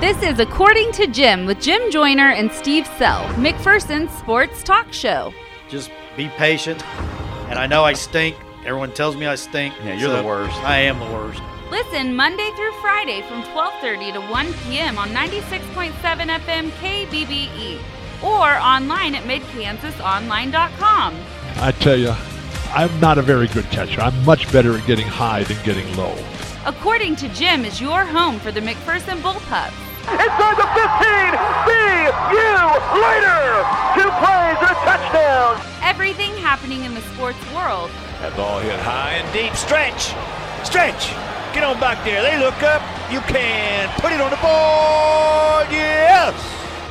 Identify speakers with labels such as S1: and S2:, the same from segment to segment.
S1: This is According to Jim with Jim Joyner and Steve Sell, McPherson's sports talk show.
S2: Just be patient. And I know I stink. Everyone tells me I stink.
S3: Yeah, you're the worst.
S2: I am the worst.
S1: Listen Monday through Friday from 12:30 to 1 p.m. on 96.7 FM KBBE E or online at midkansasonline.com.
S4: I tell you, I'm not a very good catcher. I'm much better at getting high than getting low.
S1: According to Jim is your home for the McPherson Bullpups.
S5: Inside the 15. See you later. Two plays and a touchdown.
S1: Everything happening in the sports world.
S6: That ball hit high and deep. Stretch. Stretch. Get on back there. They look up. You can put it on the board. Yes.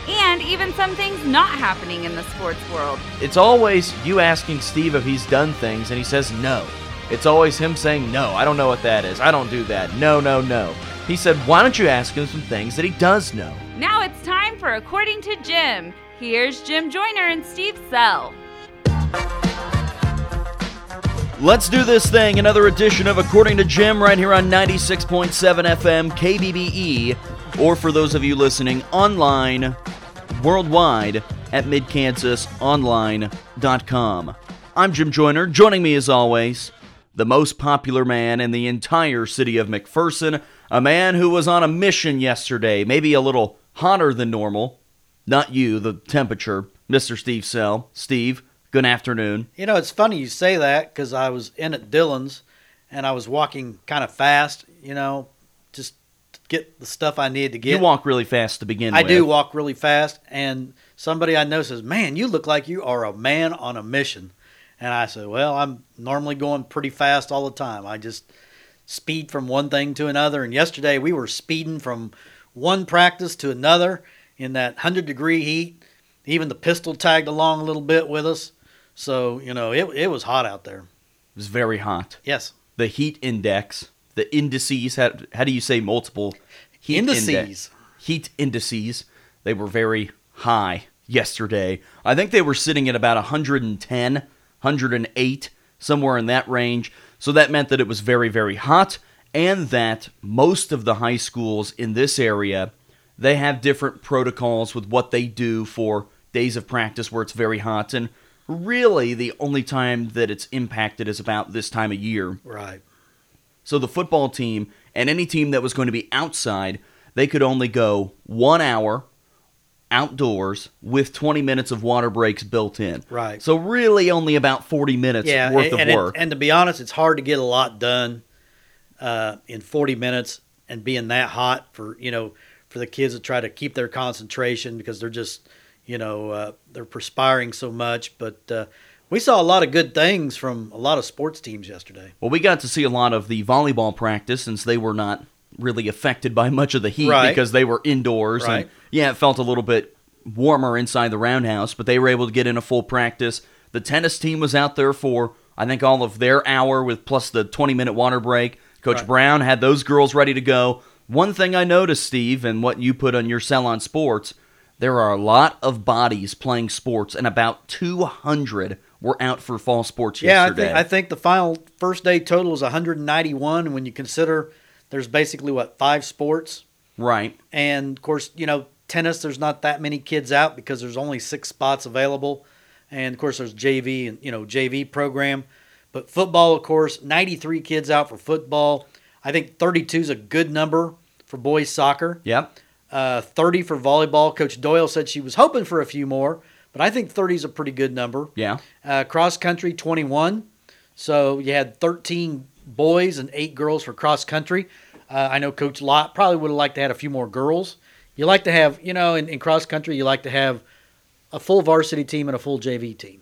S1: And even some things not happening in the sports world.
S3: It's always you asking Steve if he's done things, and he says no. It's always him saying no. I don't know what that is. I don't do that. No, no, no. He said, why don't you ask him some things that he does know?
S1: Now it's time for According to Jim. Here's Jim Joyner and Steve Sell.
S3: Let's do this thing. Another edition of According to Jim right here on 96.7 FM KBBE, E, or for those of you listening online, worldwide at midkansasonline.com. I'm Jim Joyner. Joining me as always, the most popular man in the entire city of McPherson, a man who was on a mission yesterday, maybe a little hotter than normal. Not you, the temperature, Mr. Steve Sell. Steve, good afternoon.
S2: You know, it's funny you say that because I was in at Dillon's and I was walking kind of fast, you know, just to get the stuff I needed to get.
S3: You walk really fast to begin
S2: I
S3: with.
S2: do walk really fast, and somebody I know says, "Man, you look like you are a man on a mission." And I said, "Well, I'm normally going pretty fast all the time. I just speed from one thing to another." And yesterday we were speeding from one practice to another in that 100 degree heat. Even the pistol tagged along a little bit with us. So, you know, it it was hot out there.
S3: It was very hot.
S2: Yes.
S3: The heat index, the indices, how, how do you say multiple heat
S2: Indices.
S3: index- heat indices, they were very high yesterday. I think they were sitting at about 110, 108, somewhere in that range. So that meant that it was very, very hot, and that most of the high schools in this area they have different protocols with what they do for days of practice where it's very hot and really the only time that it's impacted is about this time of year
S2: Right.
S3: so the football team and any team that was going to be outside they could only go one hour outdoors with 20 minutes of water breaks built in
S2: Right.
S3: so really only about 40 minutes worth
S2: and, and
S3: of
S2: it-
S3: work
S2: and to be honest, it's hard to get a lot done uh, in 40 minutes and being that hot for you know for the kids to try to keep their concentration because they're just you know uh, they're perspiring so much. But uh, we saw a lot of good things from a lot of sports teams yesterday.
S3: Well, we got to see a lot of the volleyball practice since they were not really affected by much of the heat
S2: Right.
S3: because they were indoors.
S2: Right.
S3: And yeah, it felt a little bit warmer inside the roundhouse, but they were able to get in a full practice. The tennis team was out there for I think all of their hour with plus the 20 minute water break. Coach
S2: Right.
S3: Brown had those girls ready to go. One thing I noticed, Steve, and what you put on your cell on sports, there are a lot of bodies playing sports, and about 200 were out for fall sports
S2: Yeah, I
S3: yesterday.
S2: think I think the final first day total is 191. And when you consider there's basically what five sports,
S3: right.
S2: and of course you know tennis there's not that many kids out because there's only six spots available and of course there's jv and you know jv program but football of course 93 kids out for football i think 32 is a good number for boys soccer
S3: Yep.
S2: uh, 30 for volleyball coach doyle said she was hoping for a few more but i think 30 is a pretty good number
S3: Yeah.
S2: uh, cross country 21 so you had 13 boys and eight girls for cross country uh, i know coach lott probably would have liked to had a few more girls you like to have you know in, in cross country you like to have a full varsity team and a full jv team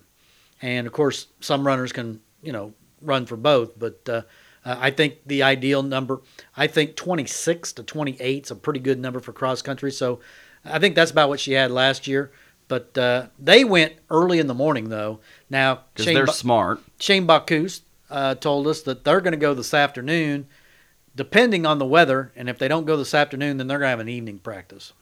S2: and of course some runners can you know run for both but uh, uh, i think the ideal number i think 26 to 28 is a pretty good number for cross country so i think that's about what she had last year but uh, they went early in the morning though now
S3: Because
S2: Shane
S3: they're
S2: Ba-
S3: smart.
S2: Shane Bacchus uh, told us that they're going to go this afternoon, depending on the weather. And if they don't go this afternoon, then they're going to have an evening practice.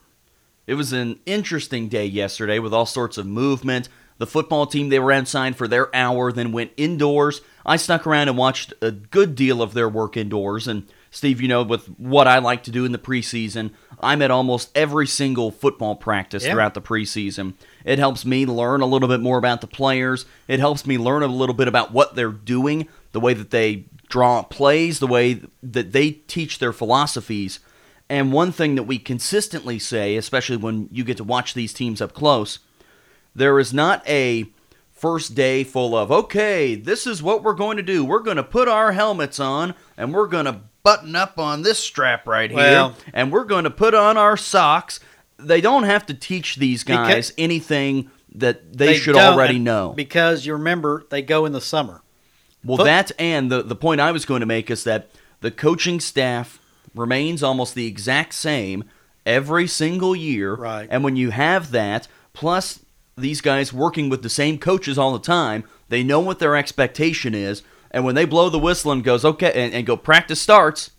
S3: It was an interesting day yesterday with all sorts of movement. The football team, they were outside for their hour, then went indoors. I stuck around and watched a good deal of their work indoors, and Steve, you know, with what I like to do in the preseason, I'm at almost every single football practice
S2: Yeah.
S3: throughout the preseason. It helps me learn a little bit more about the players. It helps me learn a little bit about what they're doing, the way that they draw up plays, the way that they teach their philosophies. And one thing that we consistently say, especially when you get to watch these teams up close, there is not a first day full of, okay, this is what we're going to do. We're going to put our helmets on and we're going to button up on this strap right here
S2: Well-
S3: and we're going to put on our socks. They don't have to teach these
S2: Because-
S3: guys anything that they, should
S2: don't,
S3: already know.
S2: because you remember they go in the summer.
S3: Well,
S2: But-
S3: that and the the point I was going to make is that the coaching staff remains almost the exact same every single year.
S2: Right.
S3: And when you have that, plus these guys working with the same coaches all the time, they know what their expectation is. And when they blow the whistle and goes okay, and, and go practice starts,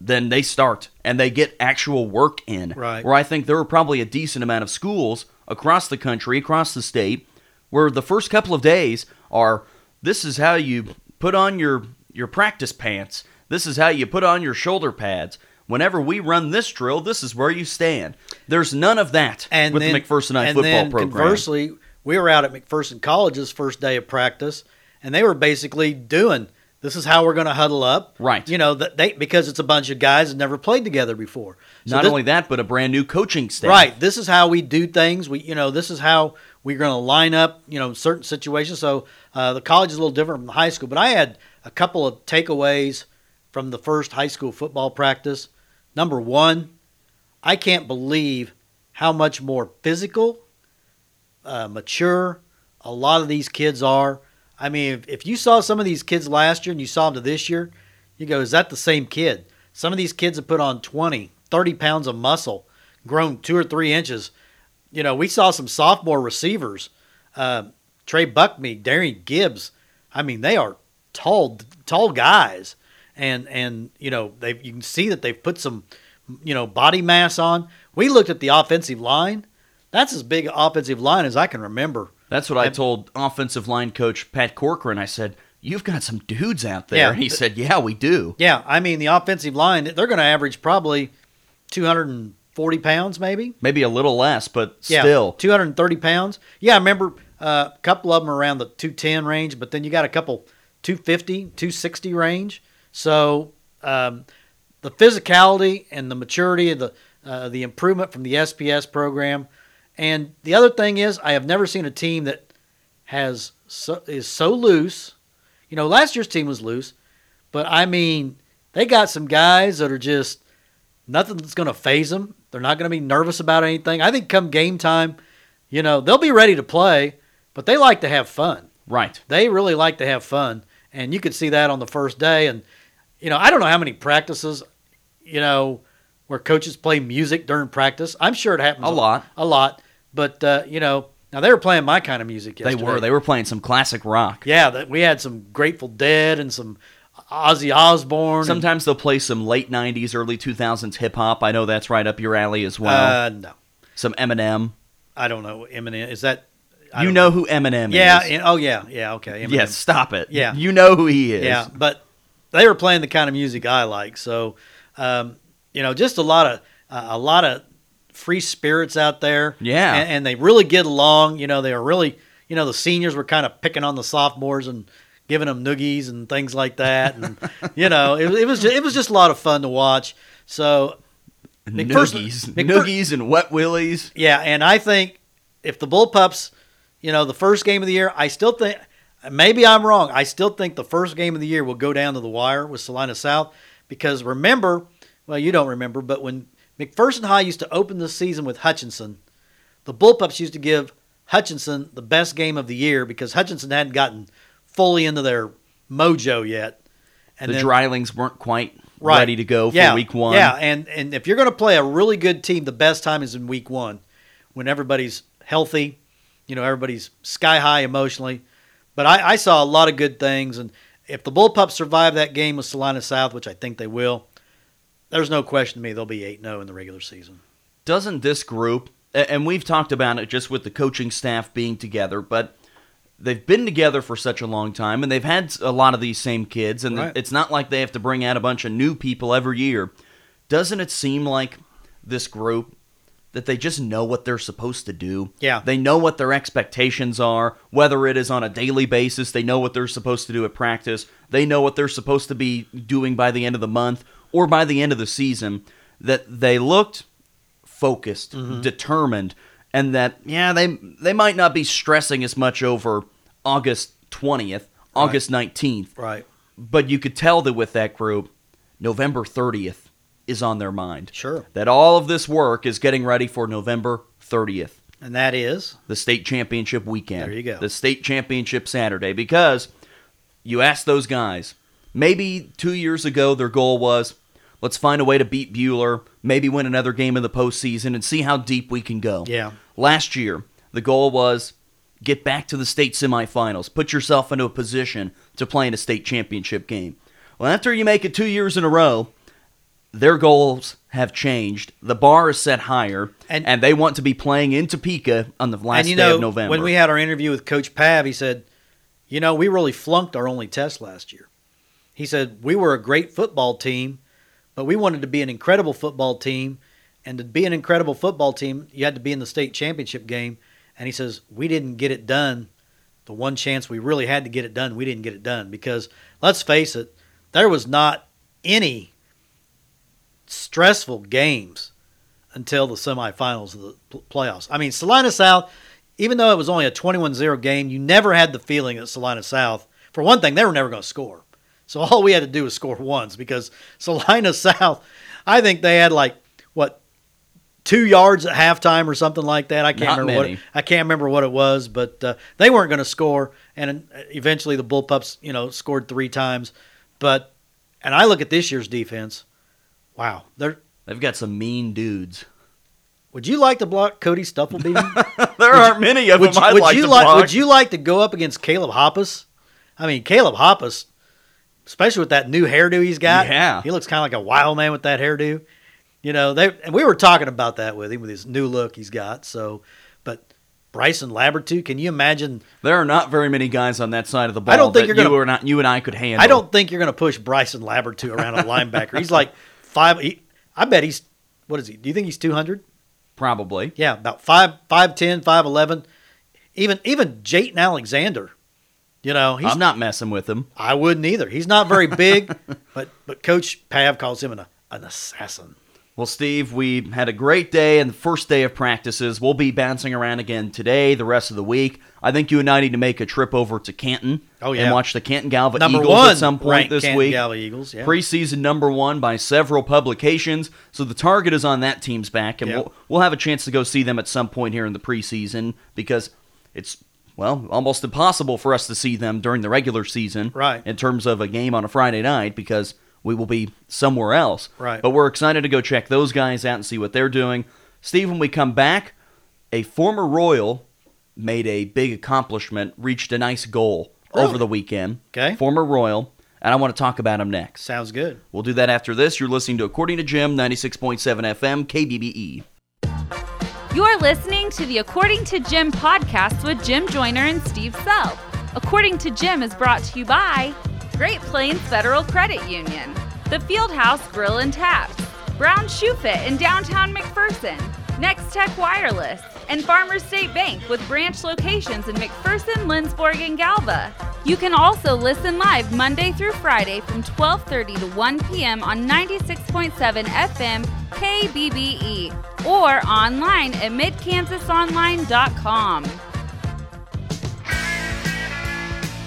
S3: then they start and they get actual work in.
S2: Right.
S3: Where I think there were probably a decent amount of schools across the country, across the state, where the first couple of days are this is how you put on your your practice pants. This is how you put on your shoulder pads. Whenever we run this drill, this is where you stand. There's none of that
S2: And
S3: with
S2: then,
S3: the McPherson High
S2: and
S3: football
S2: then
S3: program.
S2: Conversely, we were out at McPherson College's first day of practice, and they were basically doing this is how we're going to huddle up.
S3: Right.
S2: You know, that they because it's a bunch of guys that never played together before. So
S3: Not
S2: this-
S3: only that, but a brand new coaching staff.
S2: Right. This is how we do things. We, you know, this is how we're going to line up, you know, certain situations. So uh, the college is a little different from the high school. But I had a couple of takeaways from the first high school football practice. Number one, I can't believe how much more physical, uh, mature a lot of these kids are. I mean, if, if you saw some of these kids last year and you saw them to this year, you go, is that the same kid? Some of these kids have put on 20, 30 pounds of muscle, grown two or three inches. You know, we saw some sophomore receivers, uh, Trey Buckme, Darian Gibbs. I mean, they are tall, tall guys, and and you know they you can see that they've put some, you know, body mass on. We looked at the offensive line. That's as big an offensive line as I can remember.
S3: That's what I told offensive line coach Pat Corcoran. I said, You've got some dudes out there.
S2: Yeah.
S3: and he said, Yeah, we do.
S2: Yeah, I mean the offensive line. They're going to average probably two hundred and forty pounds, maybe.
S3: Maybe a little less, but still.
S2: two hundred and thirty pounds. Yeah, I remember uh, a couple of them around the two ten range, but then you got a couple 250, 260 range. So um, the physicality and the maturity of the uh, the improvement from the SPS program, and the other thing is I have never seen a team that has so, is so loose. You know, last year's team was loose, but I mean they got some guys that are just nothing that's going to phase them. They're not going to be nervous about anything. I think come game time, you know, they'll be ready to play, but they like to have fun.
S3: Right.
S2: They really like to have fun, and you could see that on the first day. And you know, I don't know how many practices, you know, where coaches play music during practice. I'm sure it happens
S3: A lot.
S2: a lot. But uh, you know, now they were playing my kind of music. Yesterday.
S3: They were. They were playing some classic rock.
S2: yeah. That we had some Grateful Dead and some Ozzy Osbourne. and-
S3: Sometimes they'll play some late 90s, early 2000s hip hop. I know that's right up your alley as well.
S2: uh, no,
S3: some Eminem.
S2: I don't know. Eminem is that? I
S3: You
S2: don't
S3: know, who Eminem
S2: Yeah.
S3: is.
S2: and- oh, yeah. Yeah. Okay. Eminem.
S3: Yes, stop it.
S2: Yeah.
S3: You know who he is.
S2: Yeah. But they were playing the kind of music I like. So, um, you know, just a lot of uh, a lot of free spirits out there.
S3: Yeah.
S2: And, and they really get along. You know, they were really. You know, the seniors were kind of picking on the sophomores and giving them noogies and things like that. And you know, it, it was just, it was just a lot of fun to watch. So McPherson-
S3: Noogies.
S2: McPher-
S3: Noogies and Wet Willies.
S2: Yeah, and I think if the Bullpups, you know, the first game of the year, I still think maybe I'm wrong. I still think the first game of the year will go down to the wire with Salina South because remember, well, you don't remember, but when McPherson High used to open the season with Hutchinson, the Bullpups used to give Hutchinson the best game of the year because Hutchinson hadn't gotten fully into their mojo yet. And
S3: the
S2: then-
S3: Drylings weren't quite ready to go for
S2: yeah.
S3: week one.
S2: Yeah, and and if you're going to play a really good team, the best time is in week one, when everybody's healthy, you know, everybody's sky high emotionally. But I, I saw a lot of good things, and if the Bullpups survive that game with Salina South, which I think they will, there's no question to me they'll be eight 0 in the regular season.
S3: doesn't this group a- and we've talked about it just with the coaching staff being together but they've been together for such a long time and they've had a lot of these same kids and
S2: Right.
S3: it's not like they have to bring out a bunch of new people every year doesn't it seem like this group that they just know what they're supposed to do
S2: Yeah.
S3: they know what their expectations are whether it is on a daily basis they know what they're supposed to do at practice they know what they're supposed to be doing by the end of the month or by the end of the season that they looked focused, determined, and that yeah, they they might not be stressing as much over August 20th, August 19th,
S2: Right.
S3: but you could tell that with that group, November 30th is on their mind.
S2: Sure.
S3: That all of this work is getting ready for November 30th
S2: And that is
S3: the state championship weekend.
S2: There you go.
S3: The state championship Saturday because you ask those guys. Maybe two years ago, their goal was let's find a way to beat Bueller, maybe win another game in the postseason, and see how deep we can go.
S2: Yeah.
S3: Last year, the goal was get back to the state semifinals, put yourself into a position to play in a state championship game. Well, after you make it two years in a row, their goals have changed. The bar is set higher,
S2: And-
S3: and, they want to be playing in Topeka on the last
S2: and you
S3: day
S2: know
S3: of November.
S2: when we had our interview with Coach Pav, he said, "You know, we really flunked our only test last year." He said we were a great football team, but we wanted to be an incredible football team, and to be an incredible football team, you had to be in the state championship game. And he says we didn't get it done. The one chance we really had to get it done, we didn't get it done because let's face it, there was not any stressful games until the semifinals of the pl- playoffs. I mean, Salina South, even though it was only a 21-0 game, you never had the feeling that Salina South, for one thing, they were never going to score. So all we had to do was score once because Salina South, I think they had like what two yards at halftime or something like that. I can't
S3: Not
S2: remember
S3: many.
S2: what I can't remember what it was, but uh, they weren't going to score. And uh, eventually, the Bullpups, you know, scored three times. But and I look at this year's defense. Wow, they're
S3: They've got some mean dudes.
S2: would you like to block Cody Stufflebeam?
S3: There aren't many of
S2: would
S3: them
S2: you,
S3: I'd
S2: would
S3: like
S2: you
S3: to
S2: like?
S3: block.
S2: Would you like to go up against Caleb Hoppus? I mean, Caleb Hoppus, especially with that new hairdo he's got.
S3: Yeah.
S2: he looks kind of like a wild man with that hairdo. You know, they and we were talking about that with him with his new look he's got. So, but Bryson Labertu, can you imagine?
S3: There are not very many guys on that side of the ball.
S2: I don't think you're
S3: that
S2: gonna-
S3: you, are not, you and I could handle.
S2: I don't think you're going to push Bryson Labertu around a linebacker. He's like five. He, I bet he's what is he? Do you think he's two hundred?
S3: probably.
S2: Yeah, about five, five ten, five eleven. Even even Jayton Alexander, you know, he's
S3: I'm not messing with them.
S2: I wouldn't either. He's not very big, but but Coach Pav calls him an an assassin.
S3: Well, Steve, we had a great day and the first day of practices. We'll be bouncing around again today, the rest of the week. I think you and I need to make a trip over to Canton.
S2: Oh, yeah.
S3: and watch the Canton Galva
S2: Number
S3: Eagles
S2: one
S3: at some point
S2: ranked
S3: this
S2: Canton
S3: week.
S2: Valley Eagles. Yeah.
S3: preseason number one by several publications. So the target is on that team's back, and
S2: Yeah.
S3: we'll, we'll have a chance to go see them at some point here in the preseason because it's, well, almost impossible for us to see them during the regular season
S2: Right.
S3: in terms of a game on a Friday night because we will be somewhere else.
S2: Right.
S3: But we're excited to go check those guys out and see what they're doing. Steve, when we come back, a former Royal made a big accomplishment, reached a nice goal over the weekend.
S2: Okay.
S3: Former Royal, and I want to talk about him next.
S2: Sounds good.
S3: We'll do that after this. You're listening to According to Jim, 96.7 FM, KBBE.
S1: You're listening to the According to Jim podcast with Jim Joyner and Steve Self. According to Jim is brought to you by Great Plains Federal Credit Union, The Fieldhouse Grill and Taps, Brown Shoe Fit in downtown McPherson, Next Tech Wireless, and Farmers State Bank with branch locations in McPherson, Lindsborg, and Galva. You can also listen live Monday through Friday from 12:30 to 1 p.m. on 96.7 FM KBBE E or online at midkansasonline.com.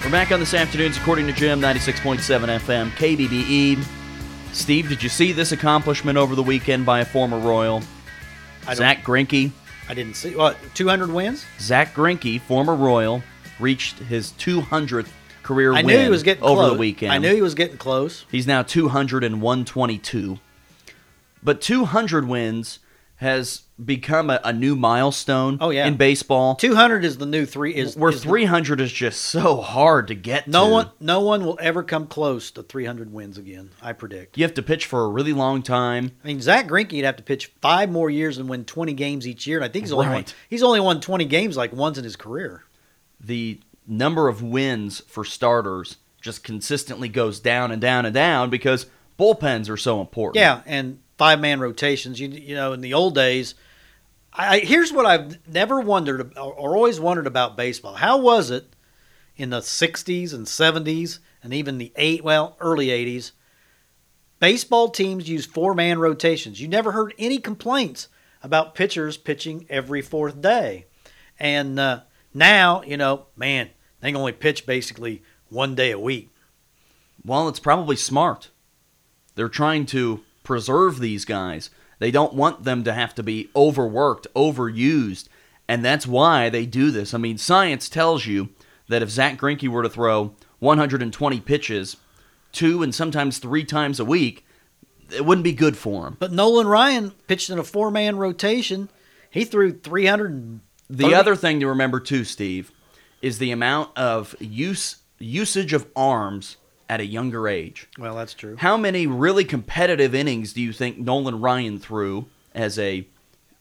S3: We're back on this afternoon's According to Jim, 96.7 FM, KBBE. E. Steve, did you see this accomplishment over the weekend by a former Royal?
S2: don't-
S3: Zach Grinke.
S2: I didn't see what two hundred wins.
S3: Zach Grinke, former Royal, reached his 200th career
S2: I
S3: win
S2: knew he was getting
S3: over
S2: close.
S3: the weekend.
S2: I knew he was getting close.
S3: He's now 200 and 122. But 200 wins has become a, a new milestone
S2: Oh, yeah.
S3: in baseball.
S2: Two hundred is the new three. Is
S3: where
S2: is the-
S3: 300 is just so hard to get
S2: no
S3: to.
S2: one no one will ever come close to three hundred wins again. I predict.
S3: you have to pitch for a really long time
S2: I mean, Zach Greinke'd have to pitch five more years and win twenty games each year, and I think he's only won,
S3: Right.
S2: he's only won twenty games like once in his career.
S3: the number of wins for starters just consistently goes down and down and down because bullpens are so important.
S2: Yeah, and five man rotations. You you know, in the old days, I I- here's what I've never wondered or- or always wondered about baseball. How was it in the '60s and '70s and even the eight well early '80s? Baseball teams used four man rotations. You never heard any complaints about pitchers pitching every fourth day, and uh, now you know, man, they can only pitch basically one day a week.
S3: Well, it's probably smart. They're trying to preserve these guys. They don't want them to have to be overworked, overused, and that's why they do this. I mean, science tells you that if Zach Greinke were to throw 120 pitches, two and sometimes three times a week, it wouldn't be good for him.
S2: But Nolan Ryan pitched in a four man rotation. He threw 300.
S3: The other thing to remember too, Steve, is the amount of use usage of arms at a younger age.
S2: Well, that's true.
S3: How many really competitive innings do you think Nolan Ryan threw as a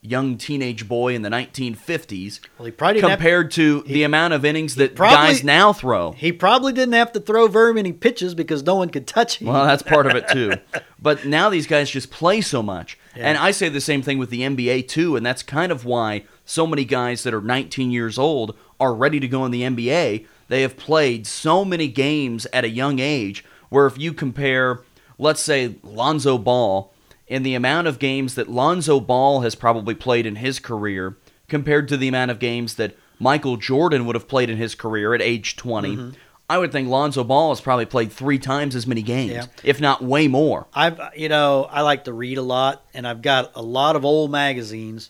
S3: young teenage boy in the 1950s
S2: Well, he probably didn't have-
S3: compared to the amount of innings that
S2: probably-
S3: guys now throw?
S2: He probably didn't have to throw very many pitches because no one could touch him.
S3: Well, that's part of it too. But now these guys just play so much. And I say the same thing with the NBA too, and that's kind of why so many guys that are 19 years old are ready to go in the NBA. They have played so many games at a young age where if you compare, let's say Lonzo Ball and the amount of games that Lonzo Ball has probably played in his career compared to the amount of games that Michael Jordan would have played in his career at age 20, I would think Lonzo Ball has probably played three times as many games,
S2: Yeah.
S3: if not way more.
S2: I've, you know, I like to read a lot, and I've got a lot of old magazines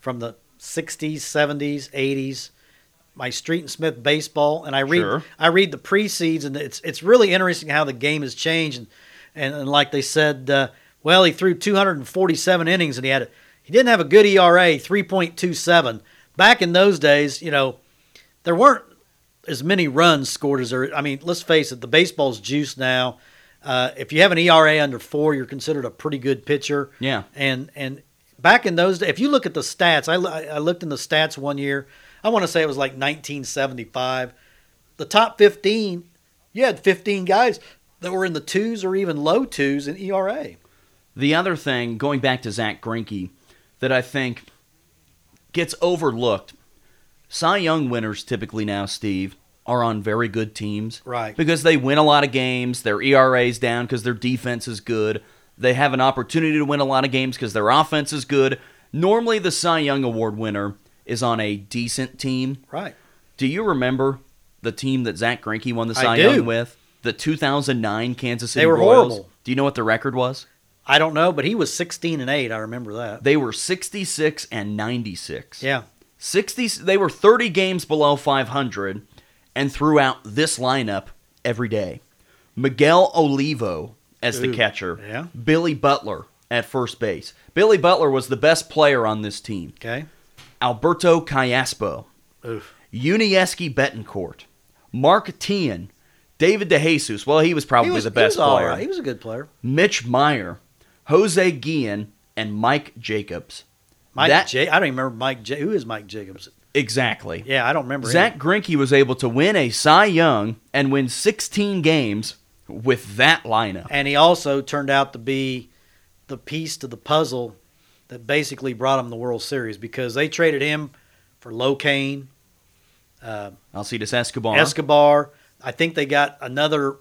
S2: from the 60s, 70s, 80s. My Street and Smith baseball, and I read,
S3: Sure.
S2: I read the precedes, and it's it's really interesting how the game has changed. And and, and like they said, uh, well, he threw 247 innings, and he had a, he didn't have a good ERA, 3.27. Back in those days, you know, there weren't as many runs scored as there. I mean, let's face it, the baseball's juice now. Uh, if you have an ERA under four, you're considered a pretty good pitcher.
S3: Yeah.
S2: And and back in those days, if you look at the stats, I lo- I looked in the stats one year. I want to say it was like 1975. The top 15, you had 15 guys that were in the twos or even low twos in E ERA.
S3: The other thing, going back to Zach Greinke, that I think gets overlooked. Cy Young winners typically now, Steve, are on very good teams,
S2: Right.
S3: Because they win a lot of games, their E ERA's down because their defense is good. They have an opportunity to win a lot of games because their offense is good. Normally, the Cy Young Award winner is on a decent team.
S2: Right.
S3: Do you remember the team that Zach Greinke won the
S2: I
S3: Cy
S2: do.
S3: Young with? The 2009 Kansas City
S2: They were
S3: Royals.
S2: horrible.
S3: Do you know what the record was?
S2: I don't know, but he was 16 and 8. I remember that.
S3: They were 66 and 96.
S2: Yeah.
S3: 60 they were 30 games below 500 and throughout this lineup every day. Miguel Olivo as the
S2: Ooh,
S3: catcher.
S2: yeah.
S3: Billy Butler at first base. Billy Butler was the best player on this team.
S2: Okay.
S3: Alberto Callaspo.
S2: Oof.
S3: Unieski Betancourt, Mark Tien, David DeJesus. Well, he was probably
S2: he was
S3: the best
S2: he was all
S3: player.
S2: right. He was a good player.
S3: Mitch Meyer, Jose Guillen, and Mike Jacobs.
S2: Mike
S3: That-
S2: J. I don't even remember Mike J. Who is Mike Jacobs?
S3: Exactly.
S2: Yeah, I don't remember. him.
S3: Zach Greinke was able to win a Cy Young and win 16 games with that lineup.
S2: And he also turned out to be the piece to the puzzle that basically brought him the World Series because they traded him for Locaine, uh,
S3: Alcides Escobar.
S2: Escobar. I think they got another.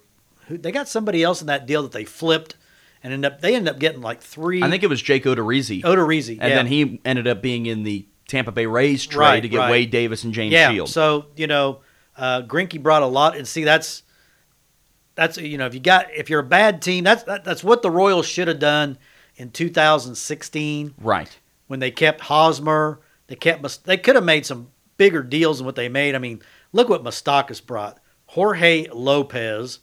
S2: who- They got somebody else in that deal that they flipped, and ended up they ended up getting like three.
S3: I think it was Jake Odorizzi.
S2: Odorizzi,
S3: and
S2: Oh, yeah.
S3: then he ended up being in the Tampa Bay Rays trade
S2: Right,
S3: to get
S2: right.
S3: Wade Davis and James
S2: yeah.
S3: Shields.
S2: So you know, uh, Grinke brought a lot, and see that's that's you know if you got if you're a bad team, that's that, that's what the Royals should have done in 2016.
S3: right.
S2: when they kept Hosmer. They kept Mus- they could have made some bigger deals than what they made. I mean, look what Mustakas brought: Jorge Lopez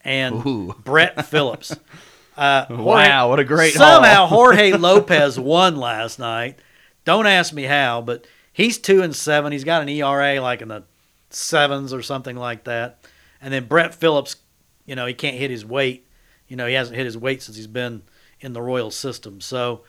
S2: and
S3: Ooh.
S2: Brett Phillips. Uh,
S3: Wow, what a great haul.
S2: somehow Jorge Lopez won last night. Don't ask me how, but he's two and seven. He's got an ERA like in the sevens or something like that. And then Brett Phillips, you know, he can't hit his weight. You know, he hasn't hit his weight since he's been in the Royal system. So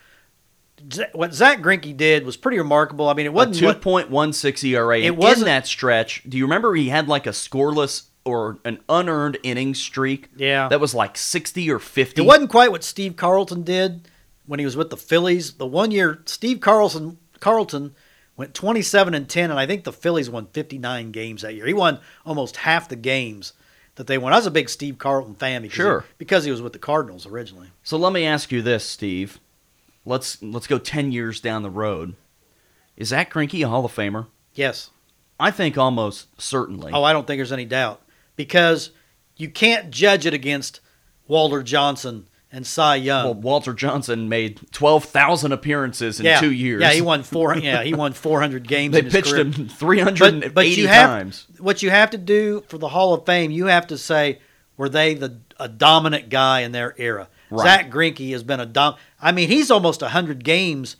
S2: Z- what Zach Grinke did was pretty remarkable. I mean, it
S3: A
S2: wasn't
S3: two
S2: what-
S3: point one six E ERA.
S2: It
S3: It was in
S2: wasn't-
S3: that stretch. Do you remember he had like a scoreless or an unearned inning streak?
S2: Yeah.
S3: that was like sixty or fifty.
S2: It wasn't quite what Steve Carlton did when he was with the Phillies. The one year Steve Carlson Carlton went 27 and 10, and I think the Phillies won 59 games that year. He won almost half the games that they won. I was a big Steve Carlton fan because,
S3: Sure.
S2: he, because he was with the Cardinals originally.
S3: So let me ask you this, Steve. Let's let's go ten years down the road. Is Zach Greinke a Hall of Famer?
S2: Yes.
S3: I think almost certainly.
S2: Oh, I don't think there's any doubt because you can't judge it against Walter Johnson and Cy Young.
S3: well, Walter Johnson made twelve thousand appearances in
S2: yeah,
S3: two years.
S2: Yeah, he won four. Yeah, he won 400 games.
S3: They
S2: in his
S3: pitched
S2: career.
S3: him three hundred and eighty
S2: have,
S3: times.
S2: What you have to do for the Hall of Fame, you have to say, were they the a dominant guy in their era?
S3: Right.
S2: Zach Greinke has been a dom. I mean, he's almost hundred games,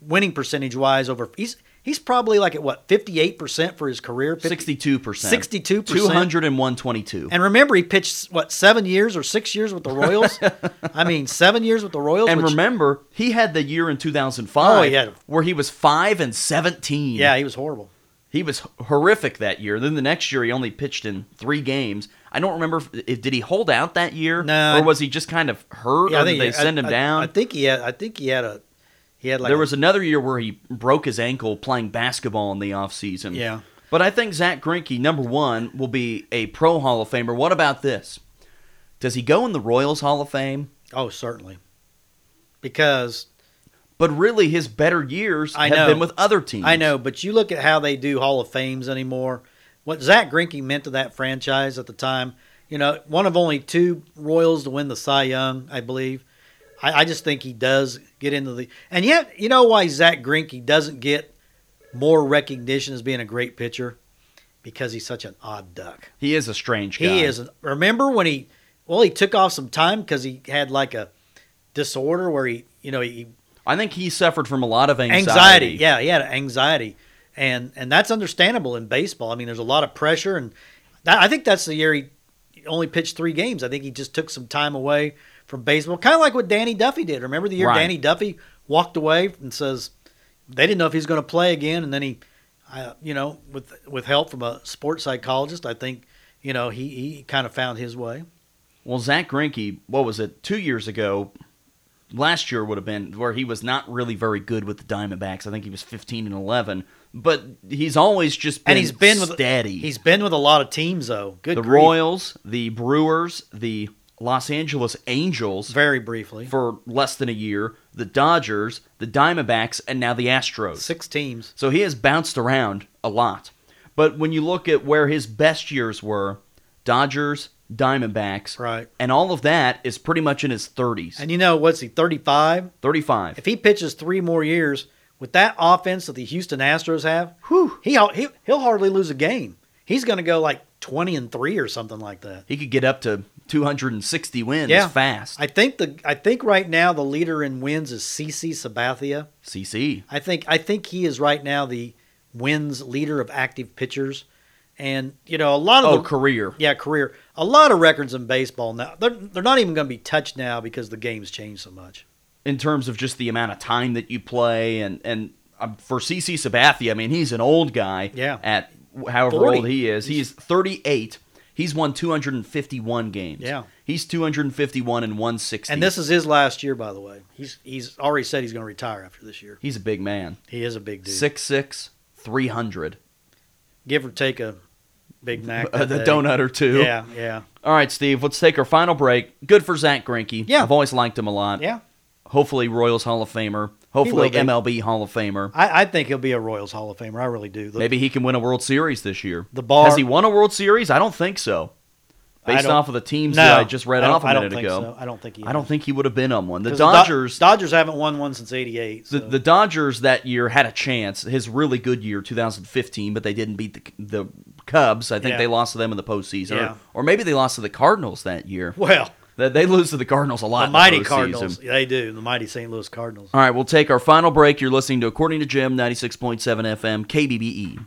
S2: winning percentage wise over. He's he's probably like at what fifty eight percent for his career. 50
S3: Sixty-two percent.
S2: 62%.
S3: Two hundred and one twenty-two.
S2: And remember, he pitched what seven years or six years with the Royals. I mean, seven years with the Royals.
S3: And
S2: which-
S3: remember, he had the year in 2005
S2: Oh, he had-
S3: where he was 5 and 17.
S2: yeah, he was horrible.
S3: He was horrific that year. Then the next year he only pitched in 3 games. I don't remember if, if- did he hold out that year
S2: No.
S3: or was he just kind of hurt
S2: Yeah,
S3: or did they
S2: I-
S3: send him
S2: I-
S3: down?
S2: I think he had. I think he had a. He had like
S3: there
S2: a-
S3: was another year where he broke his ankle playing basketball in the offseason.
S2: Yeah.
S3: But I think Zach Greinke, number one, will be a pro Hall of Famer. What about this? Does he go in the Royals Hall of Fame?
S2: Oh, certainly. Because
S3: But really, his better years
S2: I
S3: have
S2: know.
S3: been with other teams.
S2: I know, but you look at how they do Hall of Fames anymore. What Zach Greinke meant to that franchise at the time, you know, one of only two Royals to win the Cy Young, I believe. I, I just think he does get into the, and yet you know why Zach Greinke doesn't get more recognition as being a great pitcher because he's such an odd duck.
S3: He is a strange guy.
S2: He is. Remember when he? Well, he took off some time because he had like a disorder where he, you know, he
S3: I think he suffered from a lot of anxiety.
S2: anxiety. Yeah, he had anxiety, and and that's understandable in baseball. I mean, there's a lot of pressure, and that, I think that's the year he only pitched three games. I think he just took some time away from baseball, kind of like what Danny Duffy did. Remember the year
S3: Right.
S2: Danny Duffy walked away and says they didn't know if he was going to play again, and then he, uh, you know, with with help from a sports psychologist, I think you know he he kind of found his way.
S3: Well, Zach Greinke, what was it? Two years ago, last year would have been where he was not really very good with the Diamondbacks. I think he was 15 and 11, but he's always just been
S2: And he's been with
S3: steady.
S2: He's been with a lot of teams though. Good
S3: the
S2: grief.
S3: Royals, the Brewers, the Los Angeles Angels
S2: very briefly.
S3: for less than a year, the Dodgers, the Diamondbacks, and now the Astros.
S2: Six teams.
S3: So he has bounced around a lot. But when you look at where his best years were, Dodgers, Diamondbacks,
S2: Right.
S3: and all of that is pretty much in his 30s,
S2: And you know what's he? Thirty five.
S3: 35.
S2: If he pitches three more years with that offense that the Houston Astros have, whew, he he he'll hardly lose a game. He's going to go like twenty and three or something like that.
S3: He could get up to 260 wins
S2: Yeah.
S3: fast.
S2: I think the I think right now the leader in wins is CC Sabathia.
S3: CC.
S2: I think I think he is right now the wins leader of active pitchers, and you know a lot of
S3: Oh,
S2: the
S3: career.
S2: yeah career a lot of records in baseball now they're they're not even going to be touched now because the game's changed so much.
S3: In terms of just the amount of time that you play, and, and um, for CC Sabathia, I mean, he's an old guy
S2: Yeah.
S3: at however
S2: 40.
S3: old he is. He's 38. He's won 251 games.
S2: Yeah.
S3: He's 251 and 160.
S2: And this is his last year, by the way. He's he's already said he's going to retire after this year.
S3: He's a big man.
S2: He is a big dude.
S3: Six six three hundred.
S2: Give or take a Big Mac.
S3: Uh,
S2: that
S3: the
S2: day.
S3: donut or two.
S2: Yeah, yeah,
S3: All right, Steve. Let's take our final break. Good for Zach Greinke.
S2: Yeah.
S3: I've always liked him a lot.
S2: yeah.
S3: Hopefully Royals Hall of Famer. Hopefully
S2: be.
S3: MLB Hall of Famer.
S2: I, I think he'll be a Royals Hall of Famer. I really do. The,
S3: Maybe he can win a World Series this year.
S2: The bar-
S3: has he won a World Series? I don't think so.
S2: I
S3: Based
S2: don't-
S3: off of the teams
S2: No,
S3: that I just read
S2: I don't-
S3: off a
S2: I don't
S3: minute
S2: think so.
S3: ago,
S2: I don't think he
S3: I don't
S2: is.
S3: think he would have been on one. The
S2: 'Cause the Do-
S3: Dodgers,
S2: Dodgers haven't won one since '88.
S3: the, the Dodgers that year had a chance. His really good year, 2015, but they didn't beat the, the Cubs. I think
S2: Yeah.
S3: they lost to them in the postseason,
S2: Yeah.
S3: or, or maybe they lost to the Cardinals that year.
S2: well,
S3: They, they lose to the Cardinals a lot.
S2: the
S3: in
S2: mighty
S3: postseason.
S2: Cardinals. They do. The mighty St. Louis Cardinals.
S3: All right, we'll take our final break. You're listening to According to Jim, 96.7 FM, KBBE.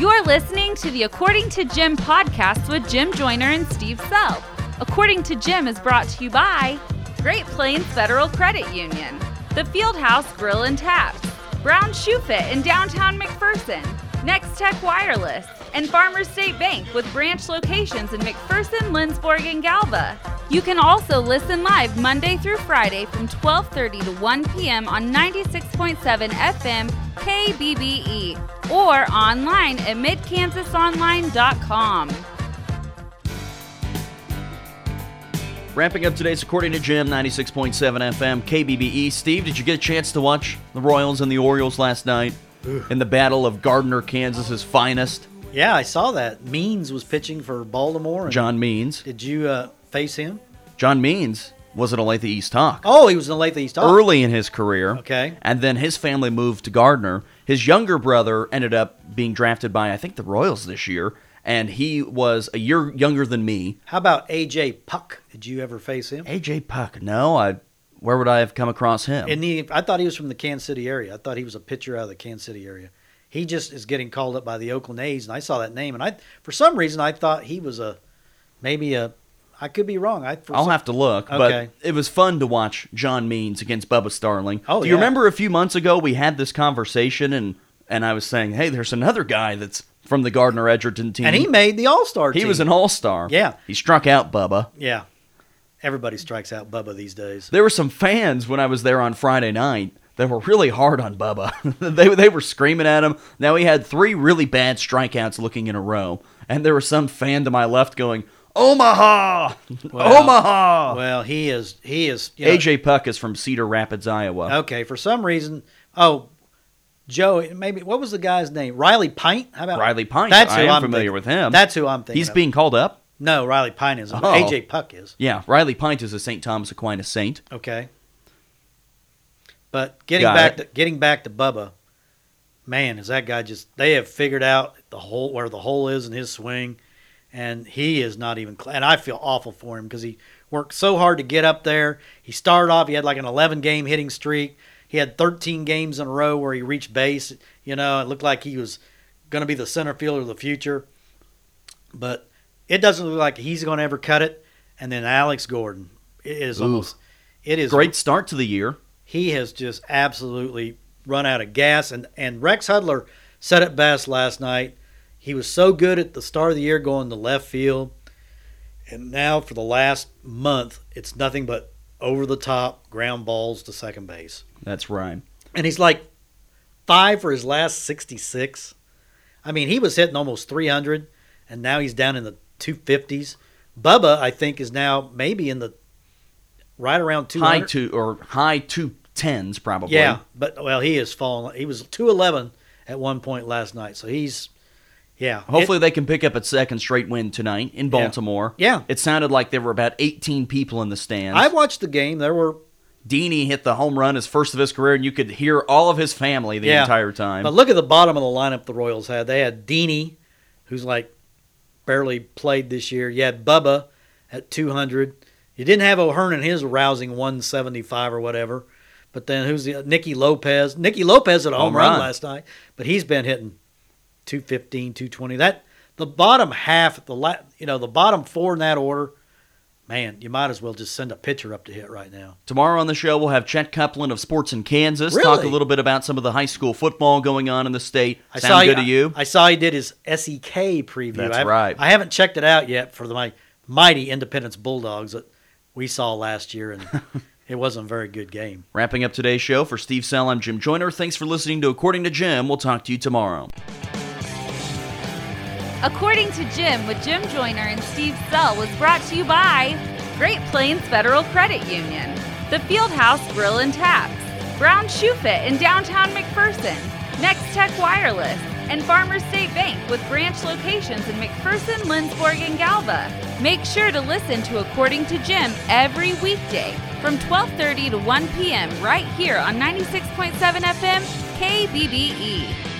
S1: You're listening to the According to Jim podcast with Jim Joyner and Steve Self. According to Jim is brought to you by Great Plains Federal Credit Union, The Fieldhouse Grill and Taps, Brown Shoe Fit in downtown McPherson, Next Tech Wireless, and Farmers State Bank with branch locations in McPherson, Lindsborg, and Galva. You can also listen live Monday through Friday from 12:30 to 1 p.m. on 96.7 FM KBBE E or online at midkansasonline.com.
S3: Wrapping up today's According to Jim, 96.7 FM, KBBE. E. Steve, did you get a chance to watch the Royals and the Orioles last night in the battle of Gardner, Kansas's finest,
S2: Yeah, I saw that. Means was pitching for Baltimore. and-
S3: John Means?
S2: Did you uh, face him?
S3: John Means was at Olathe East Hawk
S2: Oh, he was in the late East. Hawk.
S3: early in his career.
S2: Okay.
S3: And then his family moved to Gardner. His younger brother ended up being drafted by, I think, the Royals this year. And he was a year younger than me.
S2: How about AJ Puck? Did you ever face him?
S3: AJ Puck, no, I. Where would I have come across him?
S2: And he, I thought he was from the Kansas City area. I thought he was a pitcher out of the Kansas City area. He just is getting called up by the Oakland A's, and I saw that name, and I, for some reason, I thought he was a, maybe a, I could be wrong. I for
S3: I'll
S2: some-
S3: have to look,
S2: Okay.
S3: but it was fun to watch John Means against Bubba Starling.
S2: Oh,
S3: Do you
S2: yeah.
S3: remember a few months ago we had this conversation and and I was saying, hey, there's another guy that's from the Gardner Edgerton team.
S2: and he made the All Star.
S3: he was an all star.
S2: Yeah.
S3: he struck out Bubba.
S2: yeah. Everybody strikes out Bubba these days.
S3: There were some fans when I was there on Friday night that were really hard on Bubba. they they were screaming at him. Now he had three really bad strikeouts looking in a row, and there was some fan to my left going, Omaha, Omaha.
S2: Well, he is he is you know-
S3: AJ Puck is from Cedar Rapids, Iowa.
S2: Okay, for some reason, oh, Joe, maybe what was the guy's name? Riley Pint? How about
S3: Riley Pint. I am familiar
S2: thinking-
S3: with him.
S2: That's who I'm thinking.
S3: He's
S2: of.
S3: being called up.
S2: no Riley Pint is
S3: Oh.
S2: AJ Puck is
S3: Yeah, Riley Pint is a St. Thomas Aquinas saint.
S2: okay. But getting
S3: Got
S2: back
S3: it.
S2: to getting back to Bubba, man, is that guy just? They have figured out the hole where the hole is in his swing, and he is not even. Cl- and I feel awful for him because he worked so hard to get up there. He started off. He had like an 11 game hitting streak. He had 13 games in a row where he reached base. You know, it looked like he was going to be the center fielder of the future. But it doesn't look like he's going to ever cut it. And then Alex Gordon, it is
S3: Ooh.
S2: almost. It is
S3: Great start to the year.
S2: he has just absolutely run out of gas. And, and Rex Hudler said it best last night. He was so good at the start of the year going to left field. And now for the last month, it's nothing but over the top ground balls to second base.
S3: That's right.
S2: And he's like five for his last 66. I mean, he was hitting almost 300, and now he's down in the 250s. Bubba, I think, is now maybe in the right around 200.
S3: High two or high two tens probably.
S2: Yeah, but well, he is falling. He was two eleven at one point last night, so he's yeah.
S3: Hopefully
S2: It-
S3: they can pick up a second straight win tonight in Baltimore.
S2: Yeah.
S3: It sounded like there were about 18 people in the stands.
S2: I watched the game. There were
S3: Deeney hit the home run, his first of his career, and you could hear all of his family the
S2: yeah.
S3: entire time.
S2: But look at the bottom of the lineup the Royals had. They had Deeney, who's like barely played this year. You had Bubba at two hundred. You didn't have O'Hearn in his rousing one seventy five or whatever. But then who's the Nicky Lopez? Nicky Lopez had a home,
S3: Home
S2: run
S3: run.
S2: last night, but he's been hitting 215, 220. That the bottom half, the la, you know, the bottom four in that order, man, you might as well just send a pitcher up to hit right now.
S3: Tomorrow on the show, we'll have Chet Kuplin of Sports in Kansas talk
S2: Really?
S3: a little bit about some of the high school football going on in the state.
S2: I
S3: Sound
S2: saw
S3: good
S2: he,
S3: to you?
S2: I saw he did his SEK preview.
S3: That's
S2: I haven't-
S3: right.
S2: I haven't checked it out yet for the my mighty Independence Bulldogs that we saw last year, and it wasn't a very good game.
S3: Wrapping up today's show for Steve Sell, I'm Jim Joyner. Thanks for listening to According to Jim. We'll talk to you tomorrow.
S1: According to Jim, with Jim Joyner and Steve Sell, was brought to you by Great Plains Federal Credit Union, the Fieldhouse Grill and Taps, Brown Shoe Fit in downtown McPherson, Next Tech Wireless, and Farmers State Bank with branch locations in McPherson, Lindsborg, and Galva. Make sure to listen to According to Jim every weekday from 12:30 to 1 p.m. right here on 96.7 FM KBBE.